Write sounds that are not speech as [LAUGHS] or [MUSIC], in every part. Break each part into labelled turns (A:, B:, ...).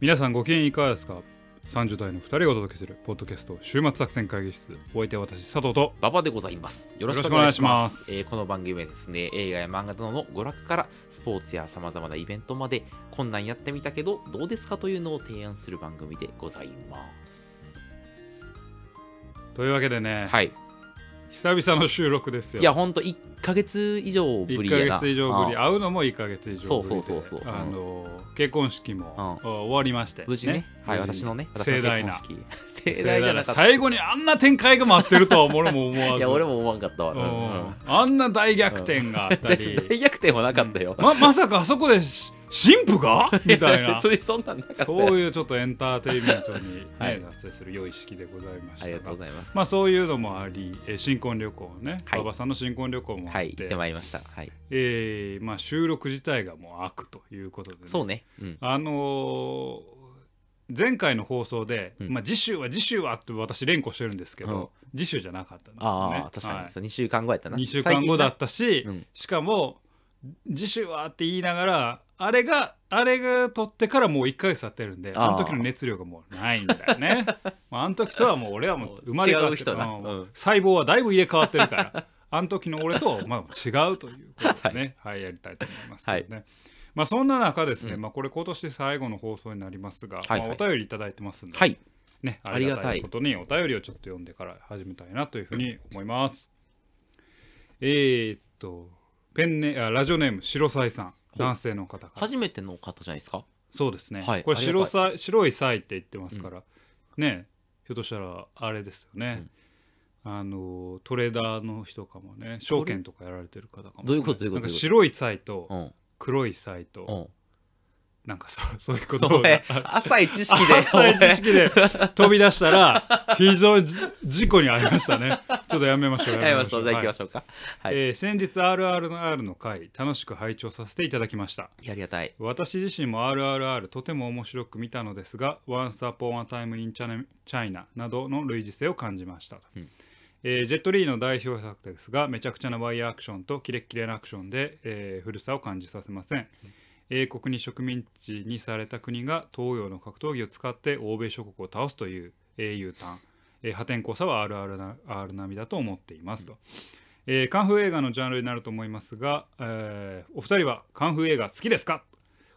A: 皆さんご機嫌いかがですか ?30 代の2人がお届けするポッドキャスト週末作戦会議室お相手は私佐藤と
B: 馬場でございます。よろしくお願いします。えーこの番組はですね、映画や漫画などの娯楽からスポーツやさまざまなイベントまで、こんなんやってみたけど、どうですかというのを提案する番組でございます。
A: というわけでね、
B: はい。
A: 久々の収録ですよ
B: いや、ほんと、1ヶ月以上ぶ
A: 1
B: り
A: ヶ
B: やな。
A: 月以上ぶり
B: ああ
A: 会うのも1ヶ月以上ぶりで
B: そうそうそうそう
A: あの結婚式も
B: うん
A: あ終わりまして
B: 無事ねはい、
A: 無事
B: 私のね、私
A: 盛
B: の結
A: 大な
B: 婚式。
A: [LAUGHS]
B: 盛大じゃなかった。
A: 最後にあんな展開が待ってるとは俺も思わず
B: いや、俺も思わんかったわ。
A: う
B: うんん [LAUGHS] うん
A: あんな大逆転があったり、
B: [LAUGHS] 大逆転はなかったよ。
A: ままさかあそこでし神父がみた
B: [LAUGHS]
A: いな
B: それそんなんなかったよ
A: そういうちょっとエンターテインメントに、ね
B: [LAUGHS] はい
A: 達成する良い式でございまし
B: あり
A: た
B: がとう
A: が
B: ございます。
A: まあそういうのもあり、えー新婚旅行ね、馬、
B: はい
A: 場、さんの新婚旅行もあって、
B: はい、行ってまいりました。はい。
A: えーまあ、収録自体がもう悪ということで、ね、
B: そうね。うん。
A: あのー前回の放送で、
B: うん
A: まあ、次週は次週はって私連呼してるんですけど、次週じゃなかったんですよ
B: あ
A: ね
B: あ、。確か
A: は
B: に。
A: い
B: そう、2週間後やったな。
A: 2週間後だったし、
B: うん
A: しかも次週はって言いながらあれがあれが取ってからもう1ヶ月経ってるんで
B: あー
A: あの時の熱量がもうないんだよ
B: [LAUGHS]
A: ねまああの時とはもう俺はもう生まれ変わって
B: 違う人な
A: うん
B: うん
A: 細胞はだいぶ入れ替わってるから
B: [LAUGHS]
A: あの時の俺とはまあ違うということでね、はいやりたいと思いますけどね、まあそんな中ですね、
B: うん
A: まあこれ今年最後の放送になりますが、
B: はいはい
A: まあ、お便りいただいてますんで、
B: はい。
A: ね、あ
B: あ
A: り
B: り
A: が
B: が
A: た
B: たい
A: いことにお便りをちょっと読んでから始めたいなというふうに思います。えー、っとペンネあラジオネーム白サイさん
B: う
A: 男性の方から
B: 初めての方じゃないですか。
A: そうですね、
B: はい
A: これ
B: あり
A: 白
B: がたい
A: サイ白いサイって言ってますから、ねひょっとしたらあれですよね、あのトレーダーの人かもね証券とかやられてる方かも
B: どういうことどういうこ
A: な
B: と
A: んか白いサイと
B: うん。
A: 黒いサイと、
B: うん。
A: なんかそうそういうこと
B: お
A: を
B: 前、浅
A: [LAUGHS]
B: い知識で。
A: 浅い知識で飛び出した
B: [LAUGHS]
A: ら非常に事故に遭いましたねちょっとやめましょう
B: お前はいましょう。じゃあ行きま
A: ょ
B: しょうか。
A: う
B: はい。
A: えー先日 RRR の回楽しく拝聴させていただきました
B: ありがたい。
A: 私自身も RRR とても面白く見たのですが Once Upon a Time in China China などの類似性を感じましたと、
B: うん
A: えージェットリーの代表作ですがめちゃくちゃなワイヤーアクションとキレッキレなアクションで、えー古さを感じさせません英国に植民地にされた国が東洋の格闘技を使って欧米諸国を倒すという英雄譚えー破天荒さは RR な R 並みだと思っていますと、えーカンフー映画のジャンルになると思いますが、えーお二人はカンフー映画好きですか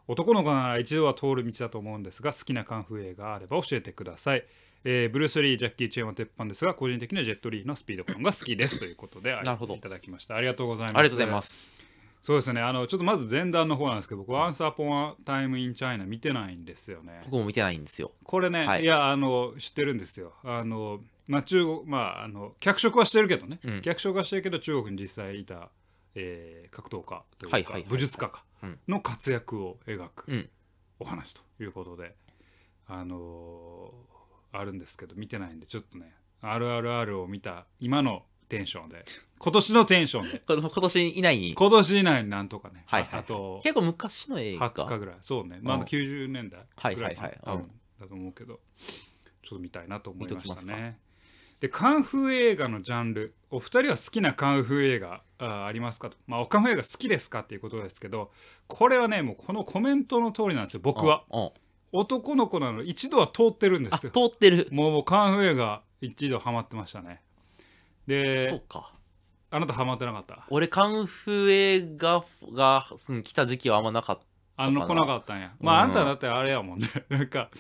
A: 男の子なら一度は通る道だと思うんですが好きなカンフー映画あれば教えてください、えーブルース・リージャッキー・チェーンは鉄板ですが個人的にはジェット・リーのスピード感が好きですということで
B: なるほど
A: いただきましたありがとうございます
B: ありがとうございます。
A: そうですねあのちょっとまず前段の方なんですけど僕「アンサーポンタイムインチャイナ見てないんですよね
B: 僕も見てないんですよ。
A: これね、、
B: はいい
A: やあの知ってるんですよあのまあ中国まああの脚色はしてるけどね、
B: うん
A: 脚色はしてるけど中国に実際いた、えー格闘家というか、
B: はいはいはい
A: 武術家か
B: うん
A: の活躍を描く
B: うん。
A: お話ということで、あのーあるんですけど見てないんでちょっとね「RRR」を見た今のテンション
B: [LAUGHS]
A: で今年のテンションで
B: この今年以内に。
A: 今年以内になんとかね、
B: はいはいはい
A: あと
B: 結構昔の映画。
A: 20日ぐらいそうね、まあ、
B: うん
A: 90年代
B: はい
A: ぐらいかな
B: はい
A: 多
B: はい
A: 分だと思うけどちょっと見たいなと思いま
B: 見と
A: し
B: き
A: た
B: ます
A: ねでカンフー映画のジャンルお二人は好きなカンフー映画あありますかとまあカンフー映画好きですかっていうことですけどこれはねもうこのコメントの通りなんですよ僕は
B: うん。うん
A: 男の子なのに一度は通ってるんで
B: あ、
A: す
B: 通
A: よ
B: ってる。
A: もうもうカンフー映画一度ハマってましたね
B: そう
A: で
B: か。
A: あなたハマってなかった
B: 俺、カンフー映画がうん来た時期はあんまな
A: [LAUGHS]
B: かった。
A: あの来
B: か
A: な
B: な
A: かったんやまああ
B: うん
A: んただってあれやもんね [LAUGHS] なんか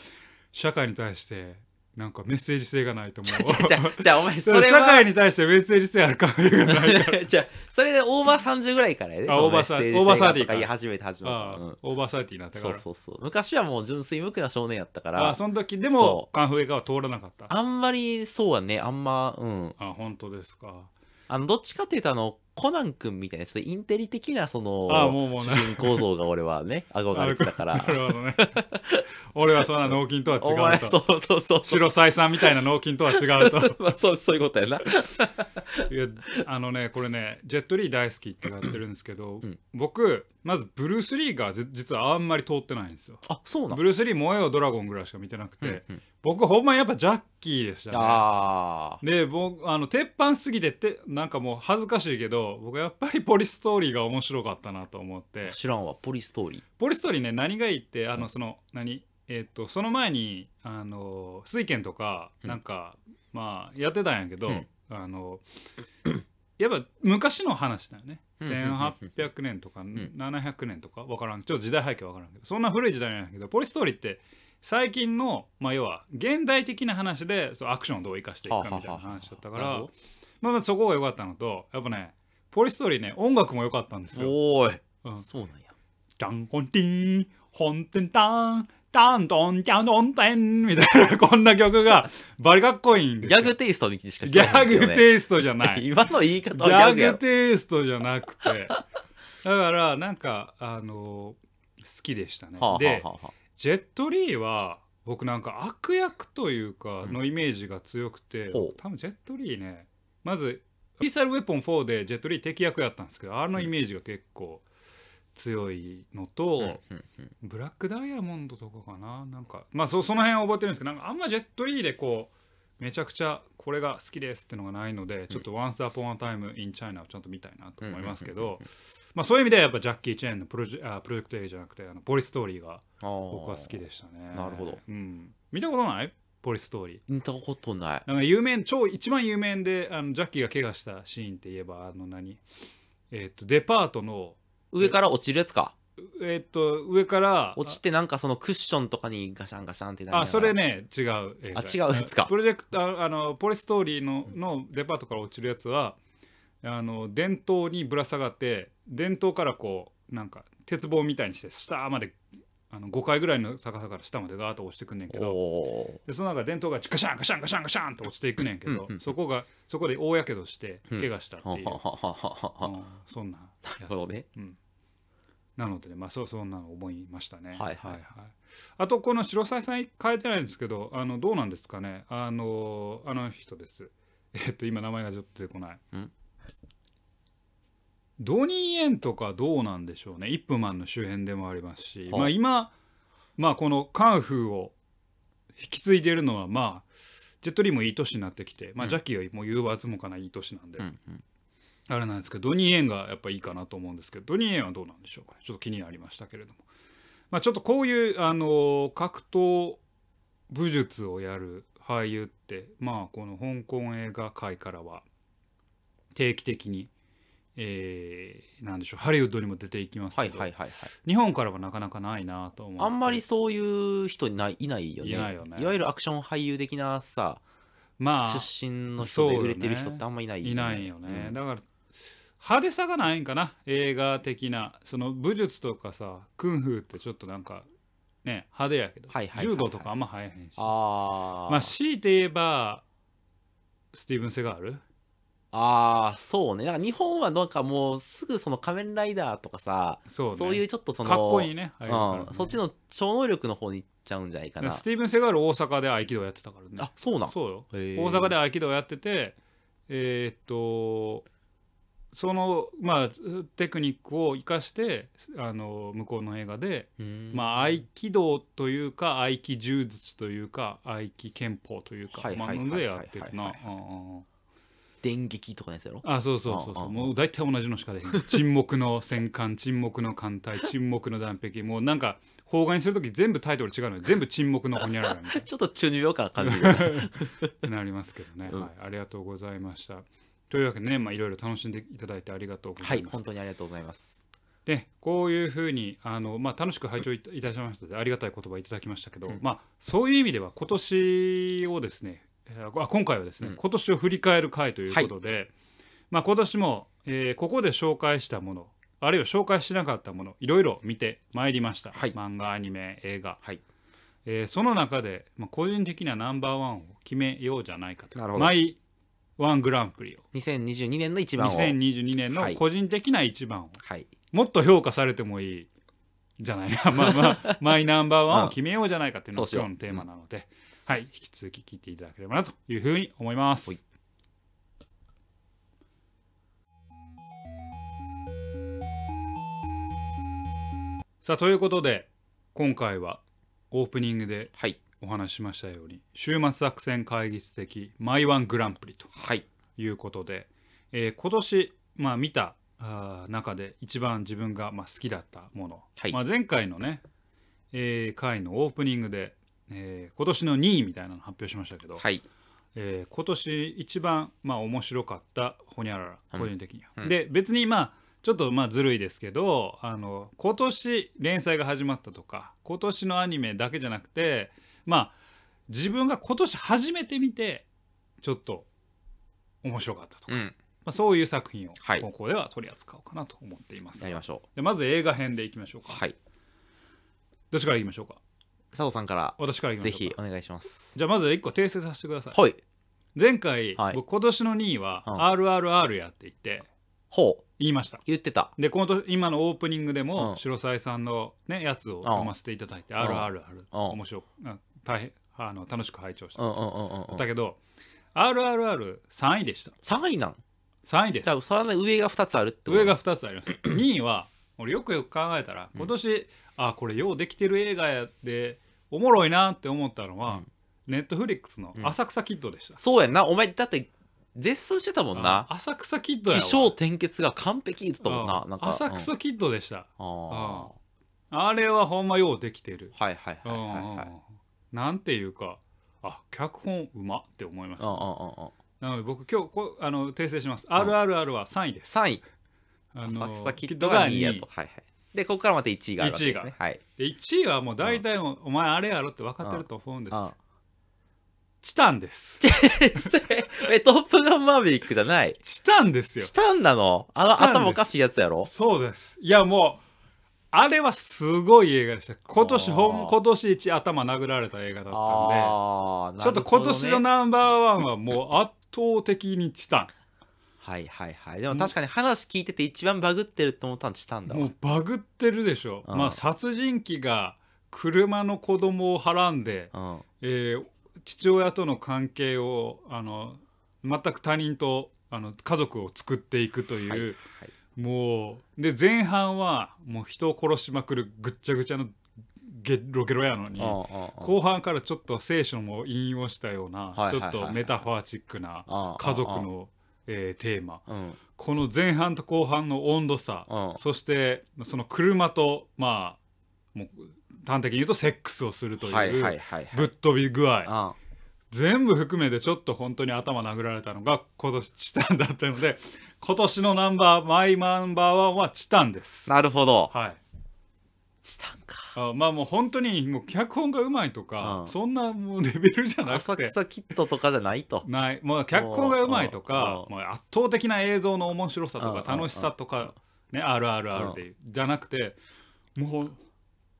A: 社会に対してなんかメッセージ性がないと思
B: [LAUGHS] じゃ
A: う
B: じゃじゃあお前、
A: [LAUGHS]
B: そ
A: 社
B: れは
A: 会。に対してメッセージ性ある感じ
B: [LAUGHS]
A: がない
B: じゃあそれでオーバー30ぐらいからやで、
A: あ
B: その
A: オーバーさん
B: メッセジ性
A: オーバーサー
B: が
A: ティー
B: と
A: か
B: か言い始めて始ま
A: あ
B: っ
A: あ
B: た。うん
A: オーバーサイティーになったか
B: そう
A: ら
B: そうそう。昔はもう純粋無垢な少年やったか
A: あ
B: ら、
A: その時で
B: そ
A: もカンフー映画は通らなかったあ
B: あんまりそうはね、あんま、うん。
A: 本当ですか
B: あの、どっちかっていうと、あの、コナン君みたいな、ちょっとインテリ的な、その、
A: あもうもう
B: 主
A: ね
B: 人公像が俺は
A: [LAUGHS]
B: ね、憧れてたか
A: な
B: ら。
A: るほどね [LAUGHS] 俺はそんな脳筋とは
B: [LAUGHS] お前、
A: 違う
B: そ
A: と
B: うそうそう。
A: 白採算みたいな脳筋とは違うと
B: [LAUGHS] まあ、そうそういうこと
A: [LAUGHS]
B: やな。
A: いやあのねこれねジェットリー大好きってやってるんですけど、
B: うん
A: 僕まずブルース・リーがじ実はあんまり通ってないんですよ
B: あ、そうなん
A: ブルース・リー燃えよドラゴンぐらいしか見てなくて、
B: うんうん
A: 僕ほんまやっぱジャッキーでしたね
B: あー
A: で僕あの鉄板すぎてってなんかもう恥ずかしいけど僕やっぱりポリストーリーが面白かったなと思って
B: 知らんわ、ポリストーリー。
A: ポリストーリーね何がいいってあのその、何えっとその前にあの水拳とか
B: うん
A: なんか、まあやってたんやけど、
B: うん
A: あのやっぱ昔の話だよね
B: うんうんうんうん
A: 1800年とか700年とか分からんちょっと時代背景分からんけどそんな古い時代なんやけどポリストーリーって最近の、まあ、要は現代的な話でそうアクションをどう生かしていくかみたいな話だったか
B: はあはあは
A: ら
B: あなるほ
A: まあまあそこが良かったのとやっぱねポリストーリーね音楽も良かったんです
B: ど
A: よ。
B: おーい、
A: うん
B: そうなんや
A: ダンホンティー、ホンテンタン、タンドン、キャンドンテンみたいな、こんな曲がバリかっこいいんです
B: ギ
A: よ。
B: ャグテイストにしか
A: ギャグ
B: イ
A: テイストじゃない。ギ
B: [LAUGHS] 今の言い方はギャグや
A: ャ
B: ろ
A: グテイストじゃなくて。だから、なんか、あの好きでしたね。
B: はあはあは
A: で
B: あ、はあ
A: ジェットリーは、僕なんか悪役というか、のイメージが強くて、
B: ほう
A: 多分ジェットリーね、まず、ピーサルウェポン4でジェットリー敵役やったんですけど、あのイメージが結構強いのと、
B: うんうんうん
A: ブラックダイヤモンドとかかななんかまあそその辺は覚えてるんですけどなんかあんまジェットリーでこうめちゃくちゃこれが好きですってのがないので、ちょっと Once Upon a Time in China をちゃんと見たいなと思いますけど、
B: うんうんうんうん
A: まあそういう意味ではやっぱジャッキー・チェーンのプロジェあプロジェクト A じゃなくてあのポリストーリーが
B: あー
A: 僕は好きでしたね
B: なるほど、
A: うん、見たことないポリストーリー
B: 見たことない
A: なんか有名超一番有名であのジャッキーが怪我したシーンって言えばあの何えっとデパートの
B: 上から落ちるやつか
A: えっと上から
B: 落ちてなんかそのクッションとかにガシャンガシャンってなりながら
A: あそれね違う映
B: あ違うやつか
A: プロジェクトああのポリストーリーののデパートから落ちるやつはあの電灯にぶら下がって電灯からこうなんか鉄棒みたいにして下まであの5階ぐらいの高さから下までガーッと落ちてくんねんけど
B: おー
A: でその中で伝統がガシャンガシャンガシャンガシャンと落ちていくねんけど、
B: うんうん
A: そこがそこで大やけどして
B: うん
A: 怪我したって
B: は
A: いう、
B: ははははは
A: うんそんな
B: な
A: や
B: る
A: つ
B: ほどね
A: うん、なのでね、まあ、そうそんなの思いましたね。
B: はいはい
A: あとこの白菜さん変えてないんですけどあのどうなんですかねあのあの人です。えっと今名前がちょっと出てこない
B: ん。
A: ドニー・エンとかどうなんでしょうね「イップマン」の周辺でもありますし、
B: はい
A: まあ、今、まあ、このカンフーを引き継いでいるのはまあジェットリーもいい年になってきて、まあ、ジャッキーはもう言うわずもかないい年なんで、
B: うんうん
A: あれなんですけどドニー・エンがやっぱいいかなと思うんですけどドニー・エンはどうなんでしょうかねちょっと気になりましたけれども、まあ、ちょっとこういう、あのー格闘武術をやる俳優ってまあこの香港映画界からは定期的に、えーなんでしょうハリウッドにも出ていきます
B: は
A: け
B: い
A: ど、
B: はいはいはい
A: 日本からはなかなかないなと思って
B: あんまりそういう人いないいないよね
A: いないよね
B: わゆるアクション俳優的なさ
A: まあ
B: 出身の人で売れてる人ってあんまいない
A: いないよね、
B: うん
A: だから派手さがないんかな映画的なその武術とかさクンフーってちょっとなんかね派手やけど、
B: はいはいはいは
A: 柔
B: い
A: 道とかあんま生えへんし
B: あー、
A: まあ強いて言えばスティーブン・セガール
B: あーそうねなんか日本はなんかもうすぐその仮面ライダーとかさ
A: そ,、
B: そうう,、
A: ね、
B: いうちょっとその
A: かっこいいね
B: う
A: 俳優だからね
B: ん、そっちの超能力の方に行っちゃうんじゃないかな
A: スティーブン・セガール大阪で合気道やってたからね
B: あそうなん
A: そうよ
B: 大
A: 大阪で合気道やっててえーっとそのまあテクニックを生かしてあの向こうの映画でまあ、合気道というか合気柔術というか合気拳法というか
B: はい
A: ま
B: は
A: あ
B: いはい
A: のでやってる
B: は
A: ないうんうんうん
B: 電撃とかのやつやろ
A: あそうそうそう
B: あ
A: そ
B: あ
A: うもう大体同じのしかできない [LAUGHS] 沈黙の戦艦沈黙の艦隊沈黙の断壁もうなんか邦画にする時全部タイトル違うのに全部沈黙のほにゃららみたい
B: ちょっと中二病感感じるよね
A: [LAUGHS] になりますけどね、
B: うん
A: はい、ありがとうございましたというわけでねまあいろいろ楽しんでいただいてありがとうござ
B: はいい
A: ました、
B: 本当にありがとうございます
A: でこういうふうにあの、まあ、楽しく拝聴いたいたしましたのでありがたい言葉いただきましたけど、
B: うん
A: まあ、そういう意味では今年をですねえーあ今回はですね、
B: うん
A: 今年を振り返る回ということで、まあ、今年も、えーここで紹介したものあるいは紹介しなかったものいろいろ見てまいりました、
B: はい
A: 漫画アニメ映画、
B: はい
A: えーその中で、まあ、個人的なナンバーワンを決めようじゃないかと
B: なるほど
A: マイワングランプリを
B: 2022年の一番を
A: 2022年の
B: はい
A: 個人的な一番を、
B: はい
A: もっと評価されてもいいじ
B: [LAUGHS]
A: ゃないなまあまあマイナンバーワンを決めようじゃないかっていうの
B: うん
A: が
B: そうしよう
A: 今日のテーマなので、はい、引き続き聞いていただければなというふうに思います
B: ほい。
A: さあということで今回はオープニングで
B: はい
A: お話ししましたように週末作戦会議室的マイワングランプリと
B: はい
A: いうことで、えー今年、まあ、見たあー中で一番自分がまあ好きだったもの、
B: はい
A: まあ、前回のね、えー回のオープニングで、えー今年の2位みたいなの発表しましたけど、
B: はい。
A: えー今年一番、まあ、面白かったホニャラ
B: う
A: ラ
B: ん
A: 個人的には、
B: うん
A: で別にまあちょっとまあずるいですけどあの今年連載が始まったとか今年のアニメだけじゃなくてまあ自分が今年初めて見てちょっと面白かったとか、
B: う
A: ま
B: ん。
A: あ、そういう作品を
B: はい
A: 高校では取り扱おうかなと思っています、
B: やりましょ
A: でまず映画編でいきましょう
B: う。
A: か、
B: はい。
A: どっちからいきましょうか
B: 佐藤さんから
A: 私からいきまし
B: ぜ
A: ょうか
B: ひお願いします。
A: じゃあまず1個訂正させてください
B: はい。
A: 前回、
B: はい
A: 僕今年の2位は「
B: うん
A: RRR や」って言って
B: ほう。
A: 言いました
B: 言ってた。
A: でこのと今のオープニングで
B: う
A: も
B: ん
A: 白沢さんの、ね、やつを
B: ん
A: 読ませていただいて「
B: ん
A: RRR」
B: うん
A: 面白くあ大変あの楽しく拝聴し
B: う
A: た
B: んうんうんうんうん。
A: だけど「RRR」3位でした
B: 3位なん
A: 3位です
B: じゃあ、それは上が2つあるってこと
A: 上が2つあります [CLEARS THROAT] 2位は俺よくよく考えたら今年、あこれようできてる映画やでおもろいなって思ったのは、ネットフリックスの「浅草キッド」でした、
B: そうやんな。お前、だって、絶賛してたもんな
A: あ。浅草キッドや
B: 起
A: わ
B: 承転結が完璧言ってたもんな。
A: うん
B: なんか。
A: 浅
B: うん
A: 草キッドでした、
B: あー
A: あれはほんまようできてる、
B: はいはいはいはいはい。
A: うんなんていうかあ脚本うまって思いまし
B: う
A: た
B: んうんうんうん。
A: なので僕今日こあの訂正します「
B: ん
A: RRR」は3位です
B: 3位、
A: あの
B: 浅草キッドが2位や
A: キッ
B: と
A: ド。
B: はいはい。で、ここからまた1位があるわけです
A: 一位
B: ね。はい。
A: で1位はもう大体もうお前あれやろって分かってると思うんです
B: あ
A: チタンです
B: え、トップガンマー [LAUGHS] ヴェリックじゃない。
A: チタンですよ
B: チタンなのあ
A: チタンで
B: の
A: す
B: 頭おかしいやつやろ
A: そうですいやもうあれはすごい映画でした今年
B: あー
A: ほん今年一頭殴られた映画だったんで
B: ああ、な
A: ちょ
B: るほ
A: っ
B: ど
A: と
B: ね
A: 今年の。ナンバーワンはもう圧倒的にチタ
B: はいはいはい。でも確かに話聞いてて一番バグってると思ったのチタン
A: ン
B: だ
A: も
B: わ
A: う。バグってるでしょ、
B: うん
A: まあ殺人鬼が車の子供をはらんで、
B: うん。
A: えー父親との関係をあの全く他人とあの家族を作っていくという、
B: はいはい
A: もうで前半はもう人を殺しまくるぐっちゃぐちゃのゲロゲロやのに
B: うんうんうん
A: 後半からちょっと聖書も引用したような、
B: はいはい
A: ちょ
B: はい
A: っとメタファーチックな
B: あー
A: 家族の、えーテーマ
B: うん
A: この前半と後半の温度差、
B: うん
A: そしてその車とまあもう端的に言うとセックスをすると
B: はいは
A: いう
B: いはいはい。
A: ぶっ飛び具合、
B: あ
A: 全部含めてちょっと本当に頭殴られたのが今年チタンだったので今年のナンバーマイナンバーワンはチタンです。
B: なるほど。
A: はい
B: チタンか。
A: あまあもう本当にもう脚本がうまいとか、
B: うん
A: そんなもうレベルじゃなく
B: 浅
A: て
B: 草キッドとかじゃないと。
A: ないもう脚本がうまいとか
B: うん
A: もう圧倒的な映像の面白さと
B: う
A: か
B: ん
A: 楽しさとかねあるあるあるでじゃなくてもう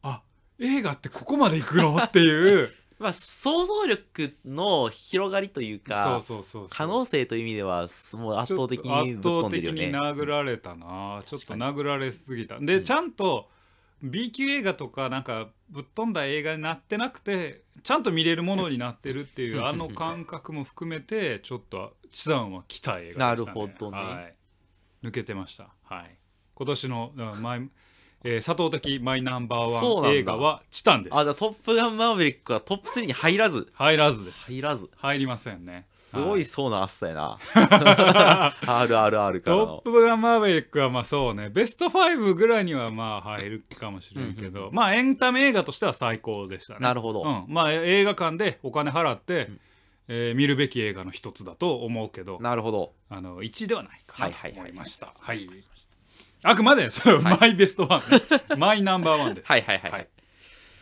A: あ映画ってここまで行くのっていう
B: まあ、想像力の広 [LAUGHS] がりという
A: そう
B: か、
A: そうそうそう
B: 可能性という意味では、もう圧倒的にぶっ飛んでるよ
A: 圧倒的
B: ね。
A: に殴られたな、ちょっと
B: 確
A: 殴られすぎたで、
B: うん
A: ちゃんと B 級映画とかなんかぶっ飛んだ映画になってなくてちゃんと見れるものになってるっていうあの感覚も含めてちょっと資産は来た映画でした、ね、
B: なるほどね
A: はい、抜けてましたはい今年のうんマイ、えー、佐藤的マイナンバーワ
B: そうなん
A: ン
B: だ
A: 映画は「チタン」です
B: あ、じゃあトップガンマーヴェリックはトップ3に入らず。
A: 入らずです
B: 入らず。
A: 入りませんね
B: すごい
A: は
B: そうな暑さ
A: [LAUGHS]
B: やな。RRR か
A: ト
B: ら
A: ッ
B: の。
A: プガンマーヴェリックはまあそうねベスト5ぐらいにはまあ入るかもしれんけ
B: うんうん
A: どまあエンタメ映画としては最高でしたね
B: なるほど。
A: うん、まあ映画館でお金払って、
B: うん
A: えー見るべき映画の一つだと思うけど
B: なるほど。
A: あの1位ではないかな
B: はいはい
A: と
B: はい
A: 思いましたはいあくまでそれは
B: は
A: マイベストワン、
B: [LAUGHS]
A: マイナンバーワンです、
B: はいはいはい。は
A: はいい、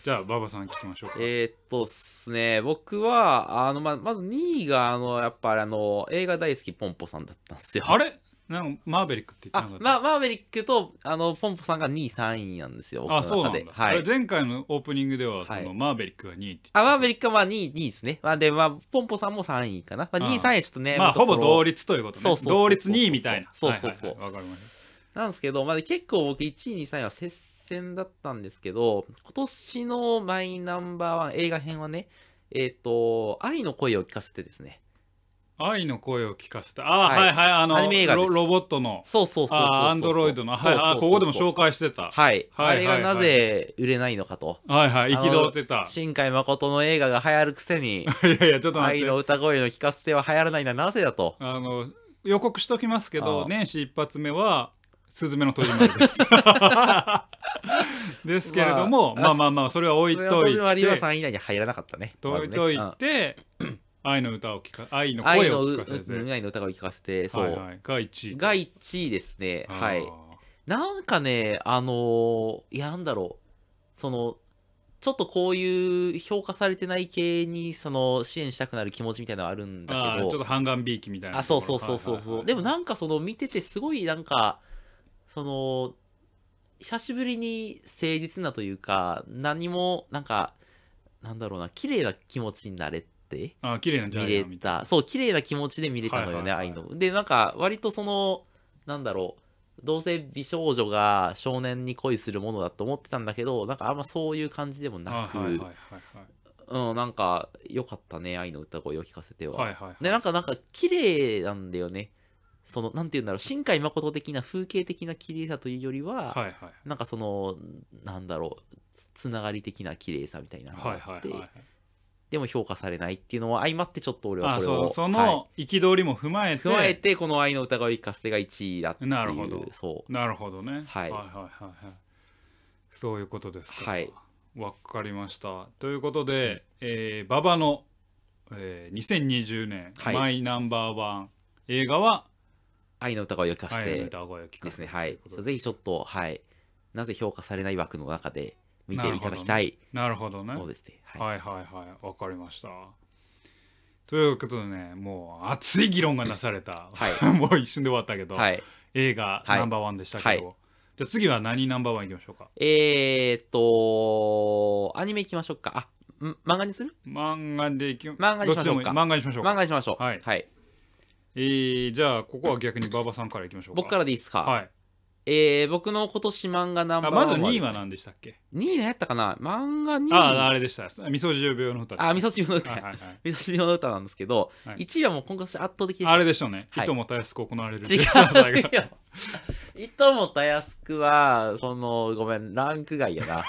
A: じゃあ馬場さん聞きましょうか、
B: えーっとっすね、僕は、あの、ままず2位が、あの、やっぱりあの、映画大好きポンポさんだったんですよ。
A: あれなんかマーヴェリックって言っ
B: あ
A: てなかった
B: まマーヴェリックと、あの、ポンポさんが2位、3位なんですよ。
A: あ
B: 僕の
A: そうな
B: 中
A: ん
B: で
A: だ、
B: は
A: あれ
B: い。
A: 前回のオープニングではその、
B: はい
A: マーヴェリックが2位って言って
B: あ、マーヴェリックはまあ2位、2位ですね。まあで、まあ、ポンポさんも3位かな。まあ
A: うん
B: 2位、3位はちょっとね、
A: まあほぼ同
B: 率。
A: 率ということね
B: そうそうそうそう
A: 同率2位みたいな
B: そうそうそう
A: はいはいはいわ、かりまし
B: なんですけど、まあ、結構僕1位、2位、3位は接戦だったんですけど、今年のマイナンバーワン映画編はね、えっ、と、愛の声を聞かせてですね。
A: た愛の声を聞かせたあ、
B: はい
A: はい、はいあの
B: アニメ映画です
A: ロロボットの
B: そうそうそうそうそうそう。
A: あアンドロイドのはいあここでも紹
B: 介。
A: 介してた、
B: はい。あ
A: はい
B: れが
A: はいはい
B: なぜ売れないのかと。
A: はいはい
B: あ
A: 憤
B: の
A: ってた
B: 新海誠の映画が流行るくせに、
A: [LAUGHS] いやいや [LAUGHS] ちょっと待
B: 愛
A: っ
B: の
A: て
B: 歌声の聞かせては流行らないのはなぜだと。
A: あの予告しときますけ
B: あ
A: ど年始一発目はすずめの戸締まりです
B: [LAUGHS]
A: ですけれども、
B: ま
A: ま
B: あ
A: あ、まあまあそれは置いとい
B: 戸締まりは
A: て
B: 3位以内に入らなかったね。ま
A: 置
B: ず
A: い
B: ね
A: とい
B: うん
A: て、愛の歌を聞か愛の
B: 愛
A: 声
B: の
A: を
B: う
A: 聞かせて、
B: うん愛の歌を聞かせて、そ。
A: はいうはい、が1位
B: が1位ですね。
A: あー
B: はい。なんかね、あのーいや、なんだろう、その、ちょっとこういう評価されてない系に、その、支援したくなる気持ちみたいなのはあるんだ
A: あー
B: け
A: ちょっ
B: ど、
A: と半眼びいきみたいな
B: あ、そうそうそうそうそう。でもなんかその、見ててすごいなんか、その、久しぶりに誠実なというか、何も、なんか、なんだろうな、綺麗な気持ちになれて、
A: あー綺麗なジャ
B: 見
A: イ
B: れ
A: アンみたい
B: たそう綺麗な気持ちで見れたの
A: は
B: よね、
A: いはいはい
B: 愛のでなんか割とそのなんだろうどうせ美少女が少年に恋するものだと思ってたんだけどなんかあんまそういう感じでも
A: な
B: なく、
A: あーはいはい
B: うん、なんか良かったね愛の歌声を聞かせては、
A: はいはいはいはい
B: でなんかなんか綺麗なんだよねそのなんて言うんだろう新海誠的な風景的な綺麗さというより
A: は
B: は、
A: いはい
B: なんかそのなんだろうつつながり的な綺麗さみたいなのがあ
A: はい
B: って、
A: はいはい
B: でも評価されないっていうのは相まってちょっと俺は
A: あ
B: これ
A: そ
B: を
A: うそ
B: はい
A: の憤りも踏まえて、
B: 踏まえてこの「愛の歌声かせ」が1位だっていう
A: なるほど
B: そう
A: なるほどね、
B: は
A: はいはい
B: い
A: はいはいそういうことですか
B: はい
A: わかりましたということで、えー、馬場の、えー、2020年、
B: はい
A: マイナンバーワン映画は
B: 愛の歌声をかせ
A: はい
B: て
A: 歌声を聞かせ
B: です
A: て
B: ねはい
A: ということです
B: ぜひちょっとはいなぜ評価されない枠の中で見ていただきたい
A: なるほどね
B: ものですねは
A: は
B: い
A: いはいはいわかりましたということでねもう熱い議論がなされた、[LAUGHS]
B: は
A: もう一瞬で終わったけど、
B: はい
A: 映画、
B: はい
A: ナンバーワンでしたけど、
B: はい
A: じゃあ次は何ナンバーワンいきましょうか
B: えーっとアニメいきましょうかあん漫画にする
A: 漫画でいき
B: 漫画にし
A: ど
B: ましょうか
A: っちでもいい漫画にしましょうか
B: 漫画にしましょう
A: はい
B: はい
A: えー、じゃあここは逆に馬場さんからいきましょうか
B: 僕かららでいいですか
A: はい
B: えー僕の今年漫画ナンバ
A: あ
B: ー
A: ま
B: ワン
A: ず
B: ですね
A: 2位は何でしたっけ
B: 2位何やったかな漫画2位
A: あああれでした味噌汁病の歌です
B: あ味噌汁の歌
A: はいはいはい
B: 味噌汁の歌なんですけど
A: はい
B: 1位はもう今年圧倒的でした
A: あれでしょうね、
B: はい
A: い、ともたやすく行われる
B: 違
A: [LAUGHS] 祭り
B: うよ。いともたやすくは、その、ごめん、ランク外や [LAUGHS] な。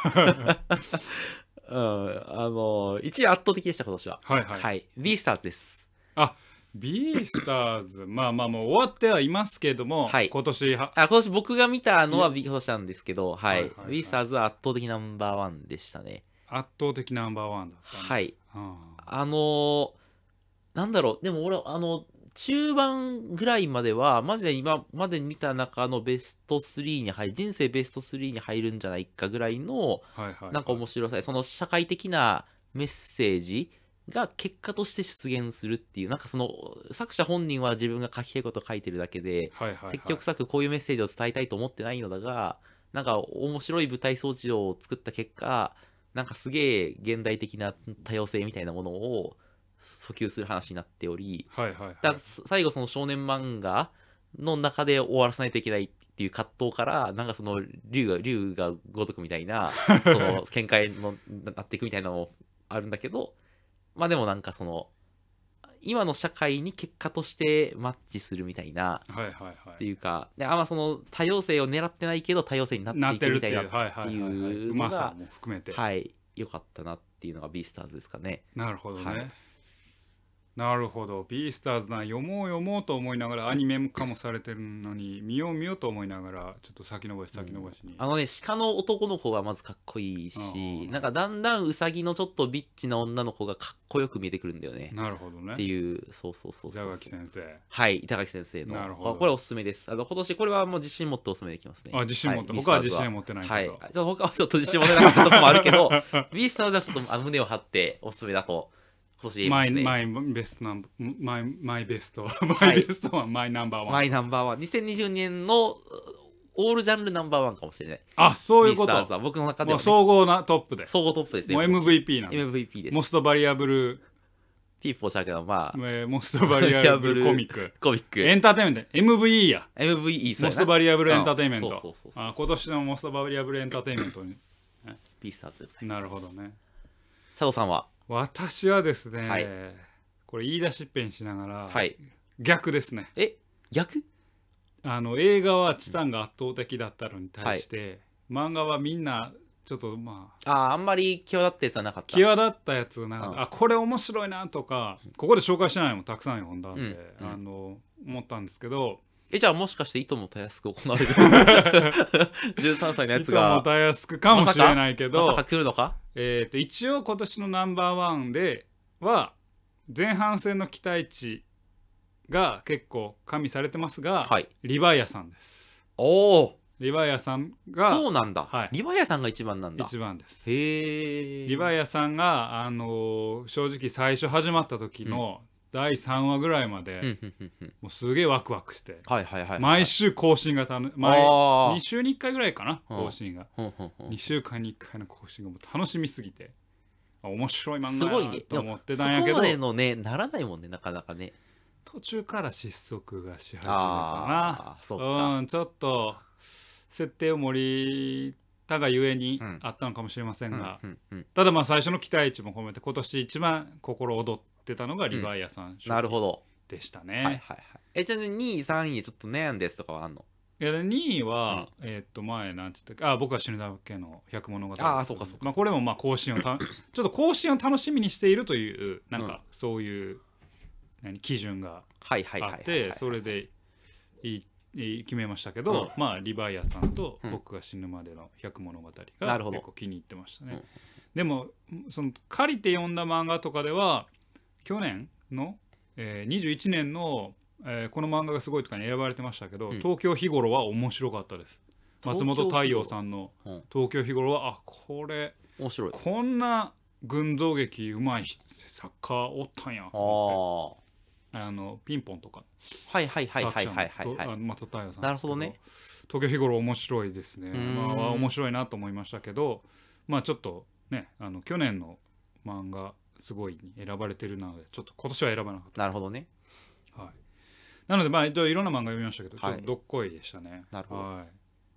B: うん、あの、一位圧倒的でした、今年は。
A: はいは、
B: はいい、ビースターズです。
A: ビースターズまあまあもう終わってはいますけども、
B: はい
A: 今年は
B: あ、今年僕が見たのはビー今年なんですけど、はい。
A: はいはいはい
B: ビースターズは圧倒的ナンバーワンでしたね。
A: 圧倒的ナンバーワンだったね、
B: はい。
A: うん
B: あのなんだろう、でも俺、あの、中盤ぐらいまでは、マジで今までに見た中のベスト3に入る、人生ベスト3に入るんじゃないかぐらいの、
A: はいはい
B: なんか面白さその社会的なメッセージが結果として出現するっていうなんかその作者本人は自分が書きたいことを書いてるだけで
A: はいはいはい
B: 積極さくこういうメッセージを伝えたいと思ってないのだがなんか面白い舞台装置を作った結果なんかすげえ現代的な多様性みたいなものを訴求する話になっており
A: はいはいはい
B: だ最後その少年漫画の中で終わらさないといけないっていう葛藤からなんかその竜が竜が如くみた
A: [LAUGHS]
B: いなその見解のななっていくみたいなのもあるんだけどまあでもなんかその今の社会に結果としてマッチするみたいな
A: はいはいはい
B: っていうかであんまその多様性を狙ってないけど多様性にな
A: な
B: っ
A: っててるっ
B: いくみ
A: て
B: た
A: い
B: いうな
A: はいはいはいは
B: っていう
A: いう
B: のが
A: まさも含めて、
B: はい良かったなっていうのがビースターズですかね
A: なるほどね、
B: はい
A: なるほどビースターズな読もう読もうと思いながらアニメ化もされてるのに見よう見ようと思いながらちょっと先延ばし先延ばしに、
B: あのね鹿の男の子がまずかっこいいし
A: うん
B: なんかだんだんウサギのちょっとビッチな女の子がかっこよく見えてくるんだよね
A: なるほどね
B: っていうそうそうそう
A: 板
B: そう
A: 垣先生
B: はい板垣先生
A: なる
B: の
A: ほど
B: あこれおすすめですあの今年これはもう自信持っておすすめできますね
A: あ自信持って、
B: い
A: 僕は自
B: ビスター
A: 信
B: ズ
A: 持ってないけ
B: はい
A: ど、
B: あじゃあ他はちょっと自信持てなかったとこもあるけ
A: [LAUGHS]
B: どビースターズはちょっとあの胸を張っておすすめだと今年言えま
A: マイ
B: すね
A: マイベストナンバーマイマイベ [LAUGHS] スト
B: い
A: マイベストはマイナンバーワン、
B: マイナンバーワン2020年のオールジャンルナンバーワンかもしれない
A: あそういうこ
B: ビースターズ
A: と
B: は僕の中で
A: も
B: は、
A: う
B: ね、
A: 総合なトップで
B: 総合トップですね
A: もう MVP なんだ
B: MVP です
A: モストバリアブル
B: ピーポーシャークのまあ
A: えーモストバ
B: [LAUGHS]
A: リアブルコミック。
B: コミッ
A: エ
B: ク
A: ンターテインメント、MVE や。
B: MVE そう
A: モ
B: や
A: スト
B: な
A: バリアブルエンターテインメン
B: うんそ
A: ト
B: うそうそう。そう
A: あ今年のモストバリアブルエンターテインメントに。
B: ピースターズでござい
A: な
B: ます
A: るほどね。
B: 佐藤さんは
A: 私はですね、
B: はい
A: これ言い出しっぺにしながら、
B: はい
A: 逆ですね。
B: え逆
A: あの映画はチタンが圧倒的だったのに対して、漫画はみんなちょっとまあ
B: あああんまり際立ったやつはなかった
A: 際立ったやつな、
B: うん
A: あこれ面白いなとかここで紹介してないのもたくさん読んだんで、
B: うんうん
A: あの思ったんですけど
B: えじゃあもしかしていともたやすく行われる
A: [LAUGHS]
B: [LAUGHS] 13歳のや
A: い
B: つ
A: つも
B: が
A: たやすくかもしれないけ
B: ま
A: ど、
B: さか来るのか
A: えー、と一応今年のナンバーワンでは前半戦の期待値が結構加味されてますが、
B: はい
A: リヴァイアさんです
B: おお
A: リヴァイアさん
B: そ
A: が
B: うなんだ、
A: はい
B: リヴァイアさんが一番なんだ
A: 一番です
B: へえ
A: リヴァイアさんが、あのー正直最初始まった時の第3話ぐらいまで、
B: うんうんうんうん
A: もうすげえワクワクして、
B: はいはいはいはい
A: 毎週更新がたの毎
B: あ
A: 2週に1回ぐらいかな
B: うん
A: 更新が、
B: ーほんほんほん
A: 2週間に1回の更新がもう楽しみすぎてあ面白い漫
B: す
A: 画
B: ご
A: や
B: い
A: な
B: ね
A: と思って
B: そ
A: たんやけ
B: こ
A: ど、
B: までのねならないもんねなかなかね
A: 途中から失速がし始めたな
B: ああーそうか
A: うんちょっと設定を盛りたがゆえに
B: うん
A: あったのかもしれません
B: う
A: が、
B: んうんうん
A: ただまあ最初の期待値も込めて今年一番心躍ってたのがリヴァイアさん
B: なるほど
A: でした
B: はいはい
A: ね。
B: はいえじゃあ2位3位ちょっと悩んですとかはあんの
A: いやで2位は、えーっと前なんて言ったっけあ僕は死ぬだけの百物語
B: あーそうかそうか
A: まあ、これもまあ更新をたちょっと更新を楽しみにしているというなん
B: うん
A: かそういう、何基準が
B: はいはいはい
A: あ
B: はい
A: ってそれでいいいい決めましたけど、
B: うん
A: まあリヴァイアさんと
B: うん
A: 僕が死ぬまでの百物語
B: な
A: が
B: るほど
A: 結構気に入ってましたね、
B: うん
A: でもその借りて読んだ漫画とかでは去年の、えー21年の、えーこの漫画がすごいとかに選ばれてましたけど、
B: うん
A: 東京日頃は面白かったです松本太陽さんの
B: うん
A: 東京日頃はあこれ
B: 面白いあ
A: こんな群像劇うまい作家おったんや
B: あ
A: と思って
B: ー
A: あのピンポンとか
B: はいはいはいはいはい
A: 作者の
B: は
A: と
B: いは
A: あ
B: い
A: の松田太陽さんですけ
B: なるほどね
A: 東京日頃面白いですね
B: ーん
A: まあ面白いなと思いましたけどまあちょっとねあの去年の漫画すごいに選ばれてるなのでちょっと今年は選ばなかっ
B: なるほどね
A: た、はい、なのでまあ一応いろんな漫画読みましたけどちょ
B: はい
A: っとどっこいでしたね
B: なるほど
A: はい、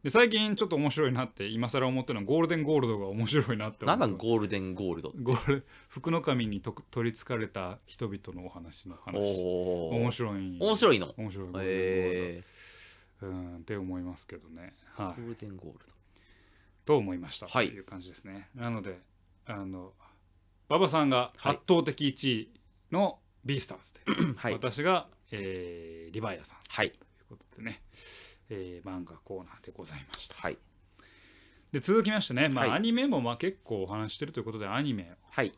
A: で最近ちょっと面白いなって今更思ってるのはゴールデンゴールドが面白いなって思っ
B: なん
A: て
B: なんゴールデンゴールド
A: ゴール福の神にと取りつかれた人々のお話の話
B: おお
A: 面白い
B: 面白いの
A: 面白いゴールデンゴールド、
B: え
A: うんって思いますけどね。は
B: ー
A: い、
B: ゴールデンゴールド
A: と思いました、
B: はい
A: という感じですね。なのであの馬場さんが
B: はい
A: 圧倒的1位のビースターズで、
B: はい
A: 私が、えーリヴァイアさんと
B: はい
A: いうことでね、えー漫画コーナーでございました。
B: はい
A: で続きましてね、まあ
B: はい
A: アニメもまあ結構お話ししてるということでアニメ
B: はい
A: を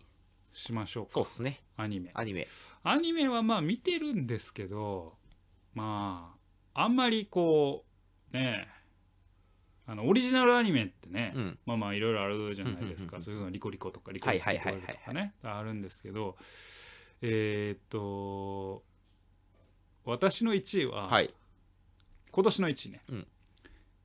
A: しましょうか
B: そうっすね
A: アニメ。
B: アニメ
A: アニメはまあ見てるんですけどまああんまりこうねあのオリジナルアニメってね、
B: うん
A: まあまあいろいろあるじゃないですか、
B: うんうんうんうん
A: そういうのリコリコとかリコリス
B: はい
A: リ
B: はい
A: コ
B: は
A: イル
B: いはい
A: とかねあるんですけどえーっと私の1位は、
B: はい
A: 今年の1位ね、
B: うん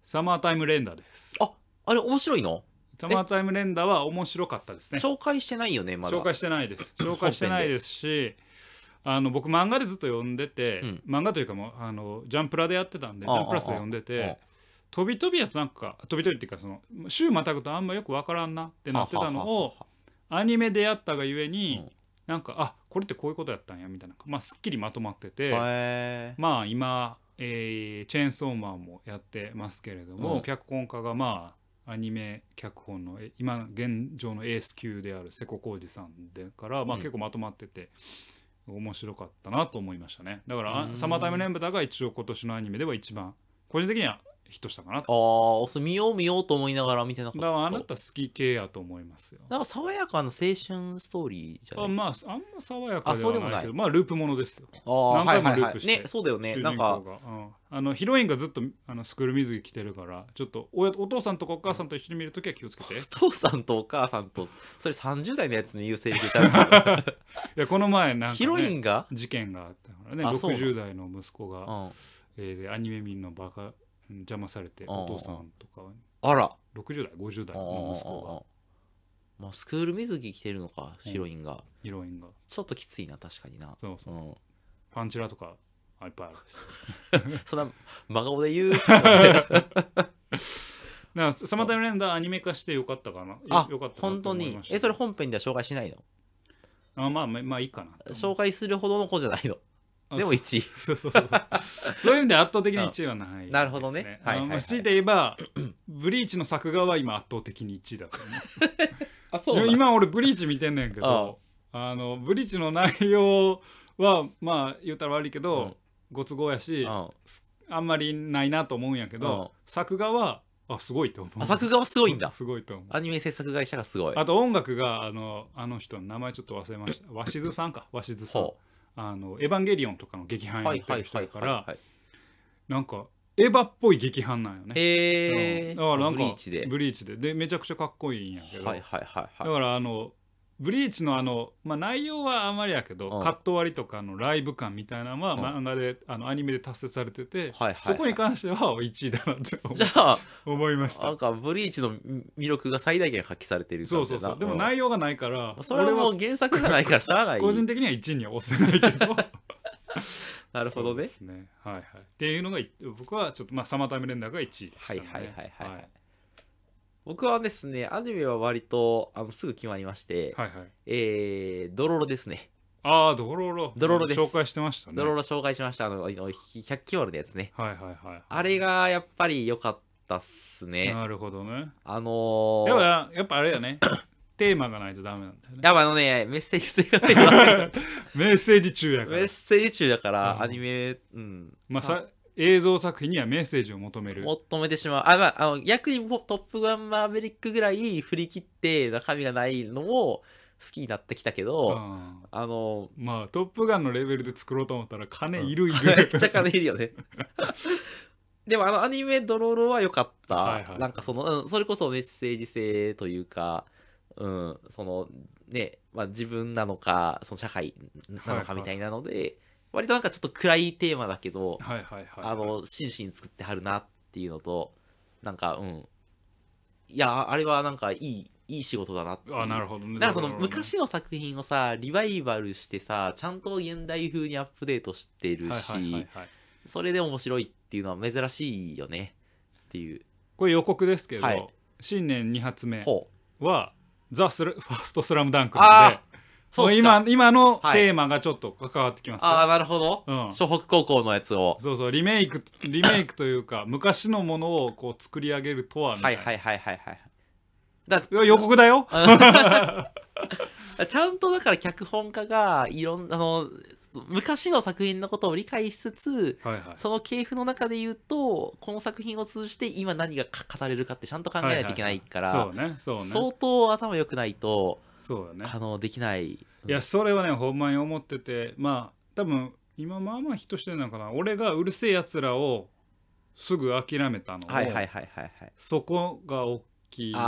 A: サマータイムレンダーです
B: ああれ面白いの
A: サマータイムレンダーは面白かったですね
B: 紹介してないよねまだ
A: 紹介してない
B: [LAUGHS]
A: です紹介してないですしあの僕漫画でずっと読んでて、
B: うん
A: 漫画というかもうあのジャンプラでやってたんで
B: あ
A: ジ
B: あ
A: ャンプラスで読んでて飛び飛びやとなんか飛び飛びっていうかその週またぐとあんまよくわからんなってなってたのをアニメでやったがゆえに、
B: うん
A: なんかあこれってこういうことやったんやみたいなまあすっきりまとまってて、
B: へえ
A: まあ今、えーチェーンソーマン」もやってますけれども、
B: うん
A: 脚本家がまあアニメ脚本のえ今現状のエース級である瀬古浩二さんでから、まあ、
B: うん
A: 結構まとまってて、面白かったなと思いましたねだから
B: う
A: あ
B: ん
A: 「サマータイムレンブタ」が一応今年のアニメでは一番個人的にはヒットしたかなと
B: ああそう見よう見ようと思いながら見てなかっ
A: だ
B: た
A: からあなた好き系やと思いますよ
B: なんか爽やかな青春ストーリーじゃな
A: あ
B: い
A: まああんま爽やか
B: あ
A: で
B: そうで
A: は
B: も
A: ない
B: ない
A: けどまあループものですよ
B: ああ
A: 何回も
B: はいはい
A: ル
B: はい
A: ープして
B: ねそうだよね
A: 主
B: なん
A: 人
B: か
A: 公が、うんあのヒロインがずっとあのスクール水着着てるからちょっとおやお父さんとかお母さんと一緒に見るときは気をつけてい
B: お父さんとお母さんとそれ30代のやつに言うセリフじ
A: [LAUGHS]
B: ゃん
A: やこの前なんか、ね、
B: [LAUGHS] ヒロインが、
A: 事件があったからね
B: あそうなの
A: 60代の息子
B: う
A: が、
B: ん、
A: えーアニメ見るのバカうん邪魔されて
B: うん
A: お父さんとか
B: あら
A: 60代50代の息子が
B: まあ、スクール水着着てるのかヒロインが、
A: ヒロインが
B: ちょっときついな確かにな、
A: そうそう
B: うん、
A: パンチラとかあいっぱいあるし
B: そんな真顔で言
A: [LAUGHS]
B: う
A: だからサマータイムレンダーアニメ化してよかったかな
B: あ
A: よかったなと
B: 本当
A: 思い
B: に
A: ました
B: えそれ本編では紹介しないの
A: あまあまあまあいいかな
B: 紹介するほどの子じゃないのでも
A: あ
B: 1位
A: そうそう
B: [LAUGHS]
A: そうそういう意味で圧倒的に1位はないです、
B: なるほどねはいはいはい
A: あの強いて言え
B: [CLEARS THROAT]
A: ば、ブリーチの作画は今圧倒的に1位だと
B: [LAUGHS] あそ
A: 思う。今俺ブリーチ見てんねんけど、あのブリーチの内容はまあ言うたら悪いけど、ご都合やし、
B: うん、
A: ああんまりないなと思うんやけど、作画はあすごいと思う
B: あ作画はすごいん
A: [LAUGHS]
B: だ
A: すごいと思う
B: アニメ制作会社がすごい
A: あと音楽があのあの人の名前ちょっと忘れました鷲津さんか鷲津さん
B: ほ
A: あのエヴァンゲリオンとかの劇
B: う
A: 伴やってる人だから
B: はい
A: なんかエヴァっぽい劇伴なんよね
B: へえ
A: うんだからなんか
B: ブリーチで
A: ブリーチででめちゃくちゃかっこいいんやけど、
B: はいはいはい
A: だ
B: は
A: からあのブリーチのあの、まあ、内容はあまりやけど、
B: うん
A: カット割りとかのライブ感みたいなのは
B: うん
A: 漫画で、あのアニメで達成されてて、
B: いはいはい
A: そこに関しては1位だなって
B: いじゃあ
A: 思思いまし
B: な
A: た
B: んかブリーチの魅力が最大限発揮されてる
A: そうそうそうでも内
B: い
A: 容がないから、
B: それはもう原作がないからしゃあな
A: 俺はい個人的には1位には押せないけ
B: [LAUGHS]
A: ど
B: なるほど
A: そうで
B: ね
A: すねはいはいっていうのがい僕はちょっとまあサマータイムレンダーが1位でしたね
B: はいはいはいはいはい僕はですねアニメは割とあのすぐ決まりまして、
A: はいはい
B: えー、ドロロですね
A: ああドロロ
B: ドロロです
A: 紹介してましたね
B: ドロロ紹介しましたあのあの100キロのやつね
A: はいはいはい
B: あれがやっぱり良かったっすね
A: なるほどね
B: あのー、
A: やっぱやっぱあれだ
B: [COUGHS]
A: ねテーマがないとダメなんだよね
B: やっぱあのねメッセージ性がないわ
A: [LAUGHS] メッセージ中やか
B: メ
A: ら
B: ッ、セージ中だか
A: う
B: ら
A: ん
B: アニメうん
A: まあ、さ映像作品にはメッセージを求める
B: 求めてしまうあ、まあ、あの逆にもうトップガンマーベリックぐらい振り切って中身がないのも好きになってきたけ
A: う
B: ど、
A: ん
B: あの
A: まあ「トップガン」のレベルで作ろうと思ったら金いるいる、
B: [LAUGHS] めっちゃ金いるよねでもあのアニメ「ドロロ」は良かった、
A: はいはい
B: なんかその、うんそれこそメッセージ性というかうんそのね、まあ、自分なのかその社会なの
A: はいは
B: か
A: い
B: みたいなので、割となんかちょっと暗いテーマだけど、
A: はいはいはい
B: あの真摯に作ってはるなっていうのとなんかうんいやあれはなんかいいいい仕事だなっていう
A: あなるほどね
B: なんかその
A: ドロロね
B: 昔の作品をさリバイバルしてさちゃんと現代風にアップデートしてるし、
A: はいはいはいはい
B: それで面白いっていうのは珍しいよねっていう
A: これ予告ですけど、
B: はい
A: 新年2発目
B: ほう
A: は「ザ・スラファーストスラムダンクな
B: あ
A: ん
B: ー
A: で
B: そうっすか
A: 今今の
B: はい
A: テーマがちょっと関わってきますよ、
B: ああなるほど、
A: うん
B: 湘北高校のやつを
A: そうそうリメイクリメイクという [LAUGHS] か昔のものをこう作り上げるとはみた
B: はい
A: いな、
B: はいはいはいはいだ
A: いや予告だよ
B: [LAUGHS] ちゃんとだから脚本家がいろんなあの昔の作品のことを理解しつつ
A: はいはい
B: その系譜の中で言うとこの作品を通じて今何がか語れるかってちゃんと考えないといけないから、
A: そうねそうね
B: 相当頭良くないと
A: そうだね
B: あのできない
A: いやそれはねほんまに思っててまあ多分今まあまあヒットしてるのかな俺がうるせえやつらをすぐ諦めたのを、
B: はいはいはいはいはい
A: そこが大きい
B: あ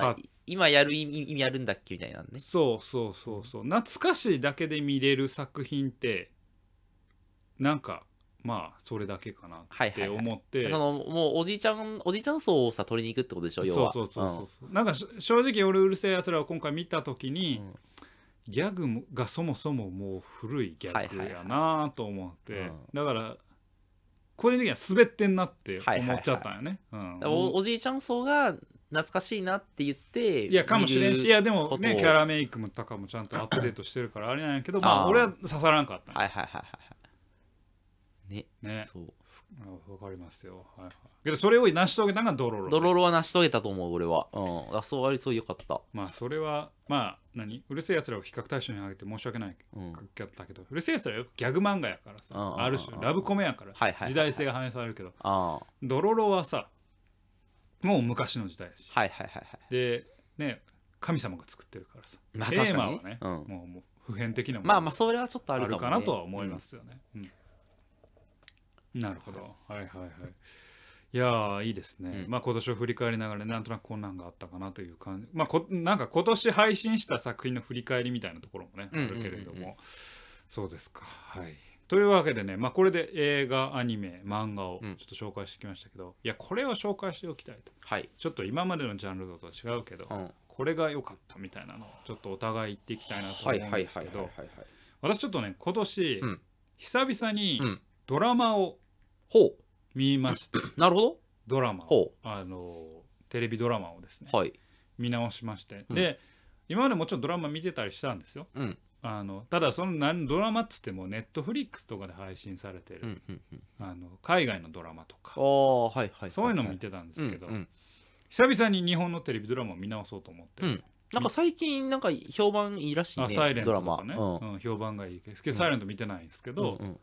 A: か
B: あ今やる意味意味あるんだっけみたいなね
A: そうそうそうそう懐かしいだけで見れる作品ってなんかまあそれだけかな
B: はい
A: っ
B: はい
A: て
B: はい
A: 思って、
B: そのもうおじいちゃんおじいちゃん層をさ取りに行くってことでしょ要
A: そう
B: は
A: そうそうそうそう、なんかし正直俺うるせえやつらを今回見た時
B: う
A: に、
B: ん
A: ギャグもがそもそももう古いギャグやなと思って、
B: はいはいはい
A: だから個人的には滑ってんなって
B: はいはい
A: 思
B: はい
A: っちゃったんよね。うん
B: おおじいちゃん層が懐かしいなって言って
A: いやかもしれんしい
B: 見る
A: やでも
B: こ
A: ね
B: とを
A: キャラメイクもとかもちゃんとアップデートしてるからあれなんや
B: [COUGHS]
A: けどま
B: あ
A: あ
B: ー
A: 俺は刺さらんかったんよ
B: はいはいはいはいはいね
A: ね。
B: そう
A: わかりますよ。はいはい、けどそれを成し遂げたのがドロロ。
B: ドロロは成し遂げたと思う俺はうんあそうありそうよかった
A: まあそれはまあ何うるせえやつらを比較対象に挙げて申し訳ない
B: うん
A: だったけど、うるせえやつらよギャグ漫画やからさ、
B: うんうんうんうん
A: ある種ラブコメやから、
B: はいはいはいはい
A: 時代性が反映されるけど
B: ああ
A: ドロロはさもう昔の時代やし
B: はいはいはいは
A: でね神様が作ってるからさ
B: いまあ
A: テ
B: 確
A: ー
B: か
A: マ
B: に
A: は
B: ね
A: ね、
B: うん
A: もうもう普遍的なもの
B: まあまあそれはちょっとあ
A: あ
B: るかも
A: る
B: ね
A: かなとは思いますよね、うんなるほどはいはいはいいやーいいですね、
B: うん
A: まあ今年を振り返りながらなんとなくこんなんがあったかなという感じまあこなんか今年配信した作品の振り返りみたいなところもねあ
B: うんうんうんうん
A: るけれども、そうですかはいというわけでね、まあ、これで映画アニメ漫画を
B: うん
A: ちょっと紹介してきましたけど、いやこれを紹介しておきたいと
B: はい
A: ちょっと今までのジャンルとは違うけど、
B: うんはい
A: これが良かったみたいなのをちょっとお互い言っていきたいなと思
B: は
A: う
B: い
A: ん
B: はい
A: です
B: は
A: け
B: い
A: ど
B: はいはい
A: 私ちょっとね今年、
B: うん
A: 久々に
B: うん
A: ドラマを
B: ほ
A: 見まして、
B: うなるほど
A: ドラマを
B: ほ
A: あのテレビドラマをですね
B: うはい
A: 見直しまして、
B: うん
A: で今までもちろんドラマ見てたりしたんですよ
B: うん
A: あのただその何ドラマっつってもネットフリックスとかで配信されてる、
B: うんうんうん
A: あの海外のドラマとか
B: ああはいはいはい
A: そういうの見てたんですけど、
B: うんうん
A: 久々に日本のテレビドラマを見直そうと思って、
B: うんなんか最近なんか評判いいらしい
A: あサイ
B: ね
A: レン
B: ド
A: ト
B: ラ
A: と
B: マ
A: かね、
B: うん
A: うん評判がいいですけど、サイレント見てないんですけど、
B: うんうん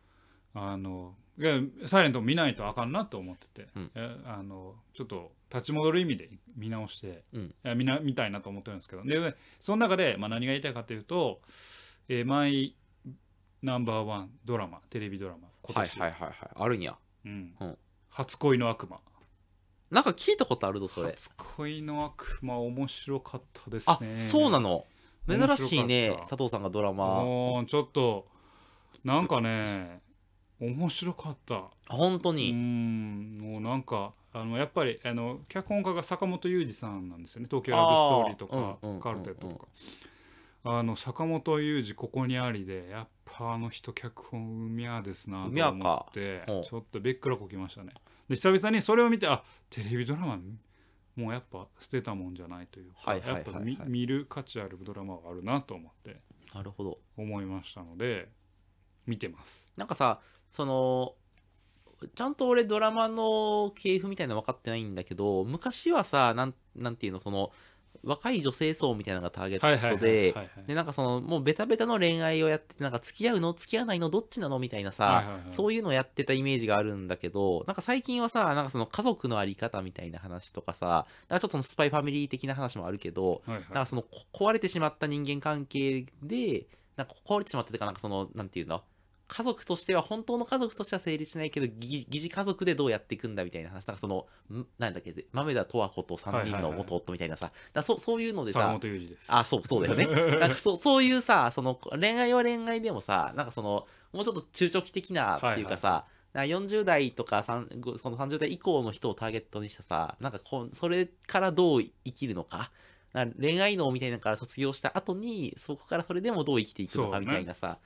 A: あのいやサイレント見ないとあかんなと思ってて、
B: うん
A: えあのちょっと立ち戻る意味で見直して、
B: うん
A: いや見な見たいなと思ってるんですけどでその中で、まあ、何が言いたいかというと、えーマイナンバーワンドラマテレビドラマ今
B: はい
A: 年、
B: はいはいはいあるんや
A: うん
B: うん
A: 初恋の悪魔
B: なんか聞いたことあるぞそれ
A: 初恋の悪魔面白かったです
B: あ
A: ね
B: そうなの
A: 面白か
B: 珍
A: った
B: しいね佐藤さんがドラマ
A: もうちょっとなんかね面白かった
B: 本当
A: うー
B: に
A: んもうなんかあのやっぱりあの脚本家が坂本雄二さんなんですよね「東京ラブストーリー」とか
B: あーうんうんうんう
A: 「
B: ん
A: カルテット」とか。あの坂本雄二ここにありでやっぱあの人脚本うみゃーですなと
B: うみゃー
A: 思
B: か
A: って
B: ほう
A: ちょっとべっくらこきましたねで久々にそれを見てあテレビドラマもうやっぱ捨てたもんじゃないというか
B: はいはいはい
A: や
B: は
A: っ
B: い
A: ぱ見見る価値あるドラマはあるなと思って
B: なるほど
A: 思いましたので見てます
B: なんかさそのちゃんと俺ドラマの系譜みたいなの分かってないんだけど昔はさなんなんていうのその若い女性層みたいなのがターゲ
A: はいはい
B: ッ
A: はい
B: ト
A: はい
B: で
A: はい
B: でなんかそのもうベタベタの恋愛をやっててなんか付き合うの付き合わないのどっちなのみたいなさ、
A: はいはいはい
B: そういうのをやってたイメージがあるんだけどなんか最近はさなんかその家族のあり方みたいな話とかさなんかちょっとそのスパイファミリー的な話もあるけど
A: はい
B: なん
A: は
B: かそのこ壊れてしまった人間関係でなんか壊れてしまったというかなんかそのなんていうんだ家族としては本当の家族としては成立しないけど疑疑似家族でどうやっていくんだみたいな話なんかそのんなんだっけ豆田十和子と3人の元夫みたいなさ、だからそそういうの
A: い
B: で
A: 坂
B: さ
A: 本雄二です
B: あ、そう、そうだよね。
A: [LAUGHS]
B: なんかそそういうさ、その恋愛は恋愛でもさ、なんかその、もうちょっと中長期的なっていうかさ、なんか40代とか3ごその30代以降の人をターゲットにしたさ、なんかこう、それからどう生きるのか、なんか恋愛能みたいなのから卒業した後に、そこからそれでもどう生きていくの
A: そ
B: か
A: うね
B: みたいなさ、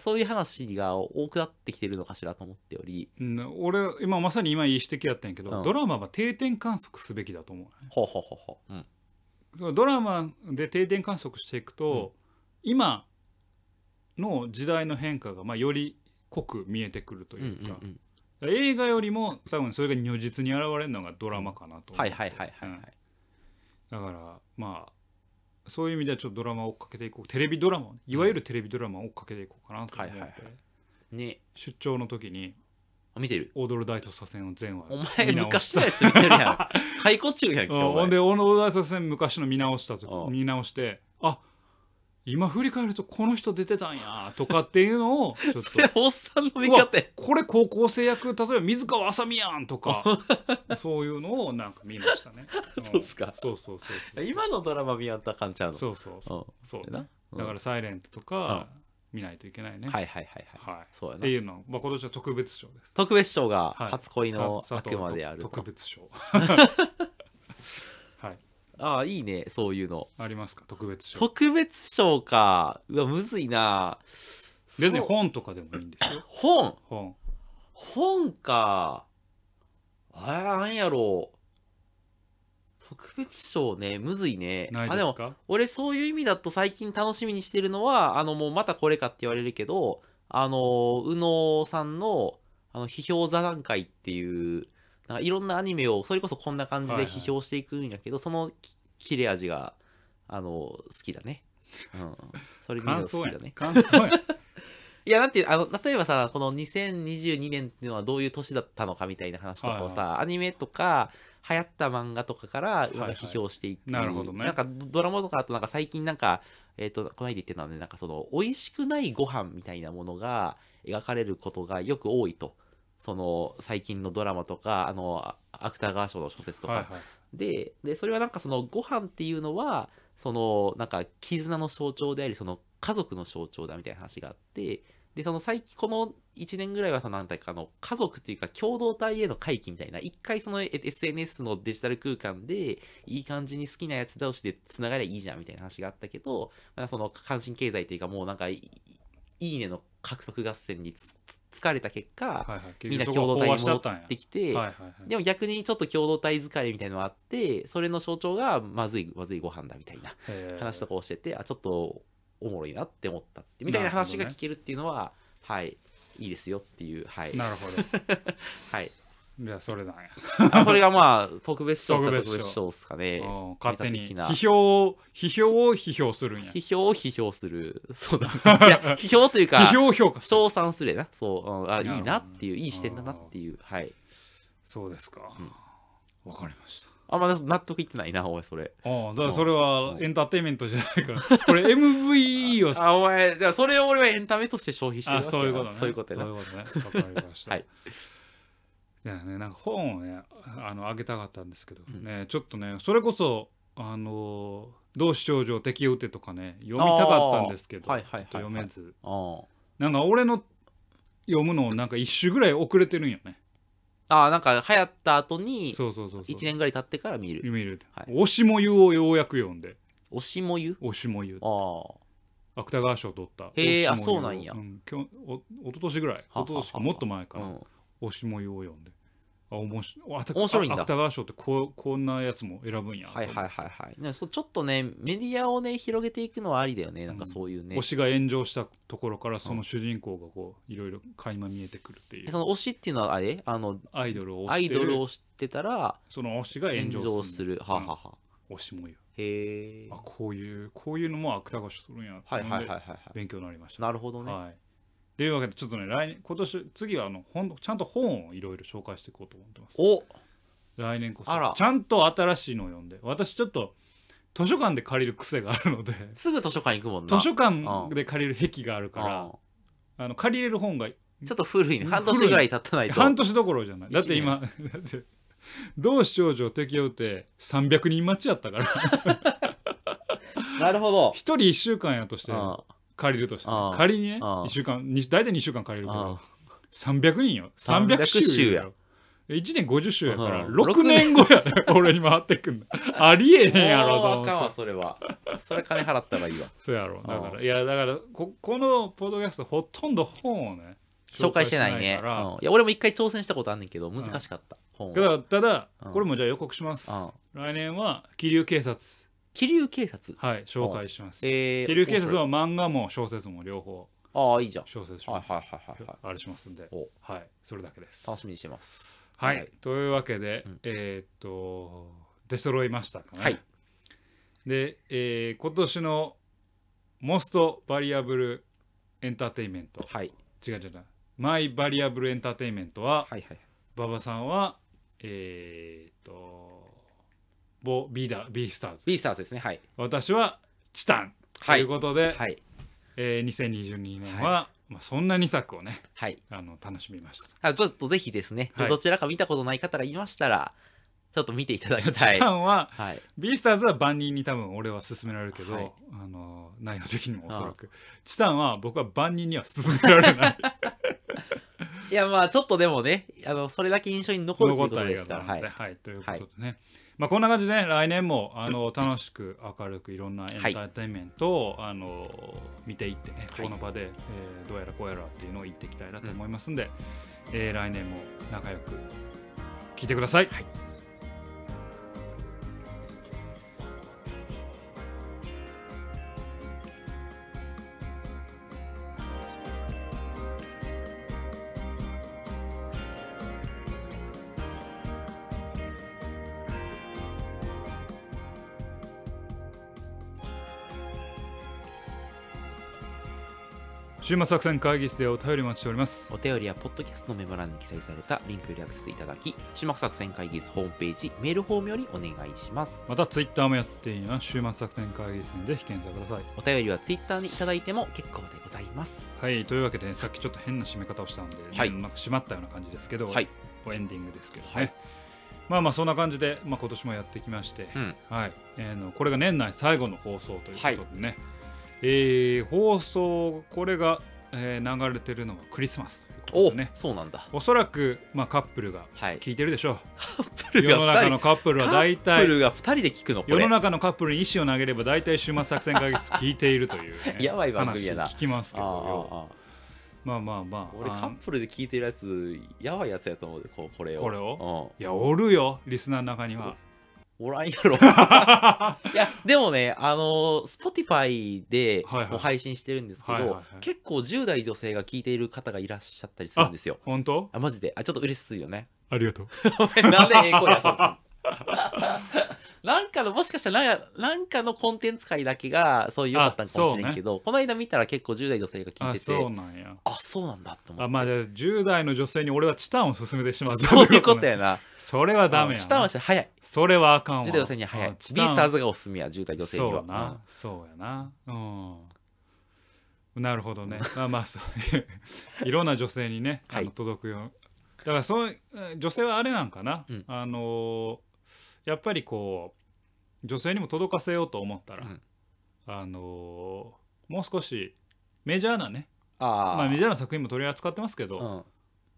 B: そういう話が多くなってきてるのかしらと思っており、
A: うん俺今まさに今いい指摘やったんやけど、
B: うん
A: ドラマは定点観測すべきだと思うね
B: ほうほうほうほう。うん。
A: そのドラマで定点観測していくと、今の時代の変化が、まあ、より濃く見えてくると
B: うんう
A: いうか、
B: んうん。
A: 映画よりも多分それが如実に現れるのがドラマかなと思う
B: はいはいはいはいはい。
A: だからまあそういう意味ではちょっとドラマを追っかけていこうテレビドラマいわゆるテレビドラマを追っかけていこうかなと思って、
B: はいはいはいね、
A: 出張の時に
B: あ見てる
A: 「踊る大と左遷」を全話
B: お
A: 見
B: 前、
A: 直し
B: 昔のやつ見てるやん。解雇中やんけ、
A: うんほ
B: お
A: ん
B: 前。
A: で小野大作戦昔の見直したと
B: うん
A: 見直してあ今振り返るとこの人出てたんやとかっていうのを
B: [LAUGHS]
A: ちょっと
B: それ、おっさんの見方やん。
A: これ高校生役例えば水川あさみやんと
B: [LAUGHS]
A: かそういうのをなんか見ましたね。ん
B: そうっすか
A: そうそうそうそう。
B: 今のドラマ見やったらあかんちゃうの。
A: そうそうそう
B: うん。
A: そう
B: で
A: ね
B: な。うん
A: だから「サイレントとか見ないといけないね。、
B: はいいはいはいはい。
A: はい、
B: そうや
A: っ
B: な
A: て。いうの、まあ、今年は特別賞です。
B: 特別賞が
A: はい
B: 初恋の
A: さ佐
B: 悪
A: 藤
B: 魔であると。
A: 特別賞。はい、
B: ああ、いいね、そういうの。
A: ありますか特別賞。
B: 特別賞か。うわ、むずいな。
A: 別に
B: そう
A: 本とかでもいいんですよ。
B: 本
A: 本。
B: 本か。あーなんやろう。特別賞ね、むずいね。
A: ない
B: あ、
A: で
B: ですも、
A: か
B: 俺そういう意味だと最近楽しみにしてるのはあのもうまたこれかって言われるけどあの宇野さんのあの批評座談会っていうなんかいろんなアニメをそれこそこんな感じ
A: はい
B: で
A: はい
B: 批評していくんやけど、そのき切れ味があの好きだね。うん、それ見る
A: 感
B: の好
A: 想
B: き
A: や
B: だね。
A: 感
B: [LAUGHS]
A: 想や
B: いやだってあの例えばさこの2022年っていうのはどういう年だったのかみたいな話とかをさ、アニメとか流行った漫画とかから
A: いは
B: な
A: い
B: んか批評していく、
A: なるほどね
B: なんかドドラマとかだとなんか最近なんかえっ、とこの間言ってたのでなんかその美味しくないご飯みたいなものが描かれることがよく多いとその最近のドラマとかあのあ芥川賞の小説とか、
A: はいはい
B: ででそれはなんかそのご飯っていうのはそのなんか絆の象徴でありその家族の象徴だみたいな話があってでその最近この1年ぐらいはそのなんていうかあの家族っていうか共同体への回帰みたいな一回そのえ SNS のデジタル空間でいい感じに好きなやつ同士でつながりゃいいじゃんみたいな話があったけどなんかその関心経済というかもうなんかいいいねの獲得合戦につつ疲れた結果、
A: はいはい。
B: みんな
A: 結局そ
B: 共同
A: こは飽
B: 体に
A: 和しちゃ
B: 戻
A: ったんや
B: ってきて、
A: はいはいはい。
B: でも逆にちょっと共同体疲れみたいのがあってそれの象徴がまずいまずいご飯だみたいな
A: えー
B: 話とかをしてて、あちょっとおもろいなって思ったってみたいな話が聞けるっていうのは、はいいいですよっていうはい
A: なるほど。
B: はい
A: じゃあそれだね
B: あそれがまあ特別賞っ
A: 特別賞
B: 特別賞ですかね
A: うん勝手に
B: メタ的な
A: 批評を批評を批評するんや
B: 批評を批評する
A: [LAUGHS]
B: そうだ、ね、いや批評というか
A: 批評評価
B: 賞賛するやなそう、うんあいいなってい
A: なるほ
B: う
A: どね
B: いい視点だなっていうはい
A: そうですか
B: うん
A: わかりました
B: あんま納得いってないなお前それ
A: ああだからそれはエンターテインメントじゃないからこれ MVE を
B: あお前だからそれを俺はエンタメとして消費してるわ
A: あ
B: けや
A: そういうことね
B: そういうことやな
A: そういうことねわかりました
B: はい
A: いやねなんか本をねあのあげたかったんですけど、
B: うん
A: ねちょっとねそれこそあのー同志少女敵を打てとかね読みたかったんですけど、
B: あーはいはいはいはい
A: ちょっと読めず
B: う
A: な
B: ん
A: んか俺の読むのなんか一週ぐらい遅れてるんよね
B: あなんか流行った後に
A: そうそうそうそう
B: 1年ぐらい経ってから見る
A: 見る、
B: はい
A: 推しもゆをようやく読んで
B: 推しもゆ
A: 推しもゆ
B: ああ
A: 芥川賞取った
B: へえ
A: 推しもゆを
B: あそうなんや
A: 今日お一昨年ぐらい
B: は
A: 一昨年かもっと前か
B: う
A: ら
B: ん
A: 推しもゆを読んであ面白いあた
B: 面白いんだ
A: あ芥川賞ってこうこんなやつも選ぶんや
B: はいはいはいはいでもそうちょっとねメディアをね広げていくのはありだよねなんかそういうね、
A: 推しが炎上したところからその主人公がこういろいろ垣間見えてくるってい
B: え
A: う
B: その推しっていうのはあれあの
A: アイドルを
B: ア
A: 推し
B: イ
A: てる
B: ドルを知ってたら
A: その推しが炎
B: 炎
A: 上
B: 上
A: す
B: す
A: る
B: るはあはあはあ
A: 推しもゆ
B: へえ
A: あこういうこういうのも芥川賞取るんやって
B: はいはいはいは
A: の
B: い
A: で
B: はい
A: 勉強になりました
B: なるほどね、
A: はい。というわけで、ちょっとね、来年、今年、次はあの本、ちゃんと本をいろいろ紹介していこうと思ってます。
B: お
A: 来年こ
B: あ
A: そ
B: ら。
A: ちゃんと新しいのを読んで、私ちょっと、図書館で借りる癖があるので、
B: すぐ図書館行くもんな
A: 図書館で借りる癖があるから、
B: う
A: あの借りれる本が
B: んちょっと古いね
A: うん
B: 半年ぐらい経たないと
A: 半年どころじゃない。だって今、 [LAUGHS] だって、同志少女適用って300人待ちやったから、1 [LAUGHS]
B: なるほど
A: 人1週間やとして、
B: うん
A: 借りるとしてね
B: あ、あ
A: 仮にね、
B: ああ
A: 1週間、に大体2週間借りるけど
B: あ、
A: 300人よ
B: 300
A: 300
B: 週
A: 週
B: や
A: や1年50週やから
B: うん
A: 6年後や
B: [LAUGHS]
A: で俺に回ってくんのありえへんやろと
B: もうあ
A: 思
B: かん
A: っ
B: わ
A: て
B: それはそれ金払ったらいいわ
A: そうやろだか
B: う
A: らいやだからここのポッドキャストほとんど本をね
B: 紹介してないね
A: 紹介しから
B: うんいや俺も一回挑戦したことあんねんけど難しかった本
A: けど
B: は
A: ただ
B: うん
A: これもじゃあ予告します
B: うん
A: 来年は「桐生警察
B: 桐生警察」
A: はい紹介します桐
B: えー
A: 生警察は漫画も小説も両方
B: ああいいじゃん
A: 小説し
B: はい
A: ま
B: はいはいはいはい
A: あれしますんで
B: お
A: はいそれだけです
B: 楽しみにしてます
A: はい、というわけで、
B: うん
A: えーっと出揃いましたかね。
B: はい
A: で、えー今年のモストバリアブルエンターテインメント
B: はい
A: 違う違う違うマイバリアブルエンターテインメントは
B: はいはい
A: 馬場、さんはえーっとボビーダビースターズ
B: ビースターズですねはい
A: 私はチタン、
B: はい
A: ということで、
B: はい
A: えー2022年は、まあ、そんな2作をね
B: はい
A: あの楽しみました。
B: あちょっとぜひですね、
A: はい
B: どちらか見たことない方がいましたらちょっと見ていただき
A: [LAUGHS]
B: たい
A: チタンは
B: はい
A: ビースターズは万人に多分俺は勧められるけど、
B: はい
A: あの内容的にもおそらくチタンは僕は万人には勧められない
B: いやまあちょっとでもねあのそれだけ印象に残るということですからは
A: はいい、はい、ということでね、まあ、こんな感じでね、来年もあの楽しく明るくいろんなエンターテインメントを、あの見ていってね、
B: はい
A: この場で、えーどうやらこうやらっていうのを言っていきたいなと思いますんで、えー来年も仲良く聞いてください週末作戦会議室でお便り待ちしております
B: お便りやポッドキャストのメモ欄に記載されたリンクよりアクセスいただき島作戦会議室ホームページメールフォームよりお願いします
A: またツイッターもやっています週末作戦会議室にぜひ検索ください
B: お便りはツイッターにいただいても結構でございます
A: はい、というわけで、さっきちょっと変な締め方をしたんで、
B: はい
A: なんか締まったような感じですけど、
B: はい
A: エンディングですけどね。
B: はい
A: まあまあそんな感じで、まあ、今年もやってきまして、
B: うん
A: はいえーのこれが年内最後の放送ということでね、えー放送これが、えー流れてるのはクリスマスということ
B: お、
A: でね
B: そうなんだ
A: おそらく、まあ、カップルが
B: はい
A: 聞いてるでし
B: [LAUGHS]
A: ょ
B: カッ
A: う、
B: プル
A: 世の
B: が
A: 中
B: 2
A: の
B: 人
A: カップルは大
B: カップ
A: 体
B: ルが2人で聞くのこ
A: 世
B: れ、
A: の中のカップルに石を投げれば大体週末作戦会議室聞いているという、ね
B: [LAUGHS] やばい番組やな
A: 話聞きますけ
B: あ
A: ど
B: あああ
A: まあまあまあ
B: 俺カ
A: あの
B: ップルで聞いてるやつやばいやつやと思うでここれを
A: これ
B: を
A: いやおるよリスナーの中には
B: おらんや
A: [LAUGHS]
B: ろいやでもねあの Spotify で
A: はいはい
B: もう配信してるんですけど、
A: はいはいはい
B: 結構10代女性が聞いている方がいらっしゃったりするんですよ
A: 本当
B: あマジであちょっと嬉しいよね [LAUGHS]
A: ありがとう。
B: なんで英語やさず [LAUGHS] なんかのもしかしたらなんかなんかのコンテンツ界だけがそう良かったんかもしれんけど、この間見たら結構10代女性が聞い
A: あ
B: てて
A: そうなんや。
B: あそうなんだと思
A: あ
B: って
A: まあじゃあ10代の女性に俺はチタンを勧めてしまった
B: [LAUGHS] そういうこと
A: ね
B: やな
A: それはダメ
B: うん
A: や
B: チタンは
A: な
B: して早い
A: それはあかんわ
B: 10代女性には早い
A: あ
B: ビ
A: チ
B: ー
A: タン
B: スターズがおすすめや10代女性には
A: そうな、そうやなうんなるほど
B: [LAUGHS]
A: ねまあまあそういういろんな女性にねあ
B: は
A: の
B: い
A: 届くよう、だからそういううん女性はあれなんかな、
B: うん
A: あのーやっぱりこう女性にも届かせようと思ったら、
B: うん
A: あのーもう少しメジャーなね
B: あー
A: まあ、メジャーな作品も取り扱ってますけど、
B: うん、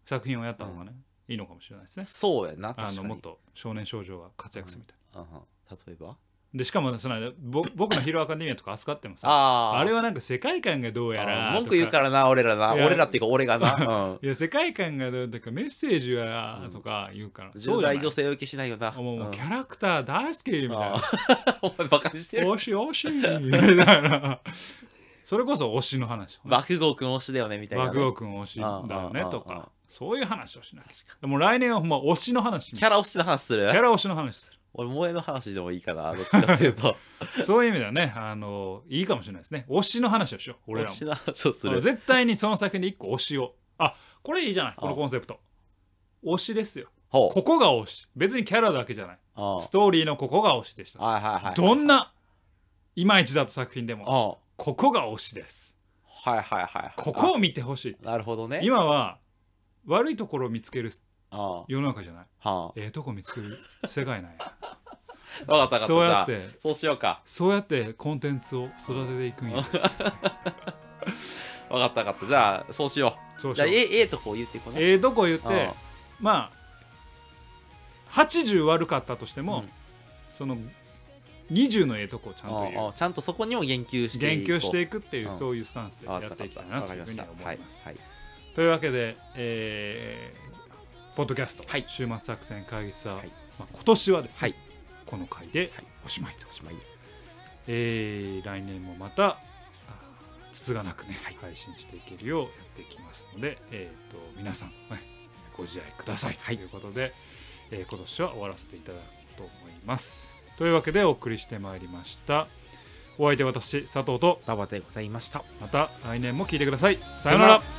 A: 作品をやった方がね、いいのかもしれないですね
B: そうやな
A: あ
B: 確か
A: の
B: に
A: もっと少年少女が活躍するみたい
B: うんうん例えば
A: なでしかもその間ぼ僕のヒーローアカデミアとか扱ってます
B: あー
A: あれはなんか世界観がどうやら
B: あー文句言うかららな俺らない
A: や
B: 俺らっていうか
A: [LAUGHS]
B: 俺がな、うん、
A: いや世界観がどうとかメッセージは
B: うん
A: とか言うから、そう
B: 10
A: じゃない
B: 代女性受けしないよな
A: もうもう
B: うん
A: キャラクター大好きみたい
B: あ
A: な
B: ー [LAUGHS] お前バカにしてる
A: 推し推しみたいなそれこそ推しの話
B: 爆豪君推しだよねみたいなね、
A: 爆豪君推しだよね
B: ああ
A: と
B: ああ
A: かそういう話をしない
B: 確か
A: でも来年はほんま推しの話
B: に
A: キ
B: キャラ推しの話する
A: ャラ推しの話す
B: 俺萌えの話でもいいかなどっちかっていうと
A: るそういう意味ではねあのいいかもしれないですね推しの話をしよう [LAUGHS] 俺ら
B: 推
A: も
B: しの話をす
A: あの
B: る
A: 絶対にその先に一個推しをあこれいいじゃないこの
B: あ
A: コンセプト推しですよ
B: ほう
A: ここが推し別にキャラだけじゃない
B: あ
A: ストーリーのここが推しでした
B: はいはいはい
A: どんないまいちだった作品でも
B: あ
A: ここが推しです
B: はいはいはい
A: ここを見てほしい
B: あなるほどね
A: 今は悪いところを見つける
B: ああは
A: 世の中じゃない
B: あ
A: ええとこ見つける世界
B: [LAUGHS]
A: なんや
B: わかったわかった
A: そうやっ
B: じゃ
A: て
B: あそうしようか
A: そうやってコンテンツを育てていくんや
B: わかったわかったじゃあそうしよ
A: そううし
B: じゃ
A: よ
B: あ
A: う
B: A, A とこう言ってこね
A: ええとこ言って
B: あ
A: まあ80悪かったとしても、
B: うん
A: その20のええとこをちゃんと言う
B: ああちゃんとそこにも言及して
A: 言
B: いこう
A: 及していくっていう、
B: うん
A: そういうスタンスでやっていきたいな
B: わ
A: と
B: かり
A: いう
B: ま
A: ふう
B: し
A: に
B: た
A: は思
B: はいい
A: ます。
B: はい
A: というわけで、えーポッドキャスト、
B: はい
A: 週末作戦会議室は、
B: はい
A: まあ、今年はですね、
B: はい
A: この回で
B: はい
A: おしまいと、
B: おしまい
A: えー来年もまたあーつつがなくね、
B: はい
A: 配信していけるようやっていきますので、えー、と皆さん、はいご自愛くださいと
B: はい
A: いうことで、えー今年は終わらせていただくと思います。というわけでお送りしてまいりました。お相手私佐藤と
B: ババでございました
A: また来年も聞いてください。さようなら。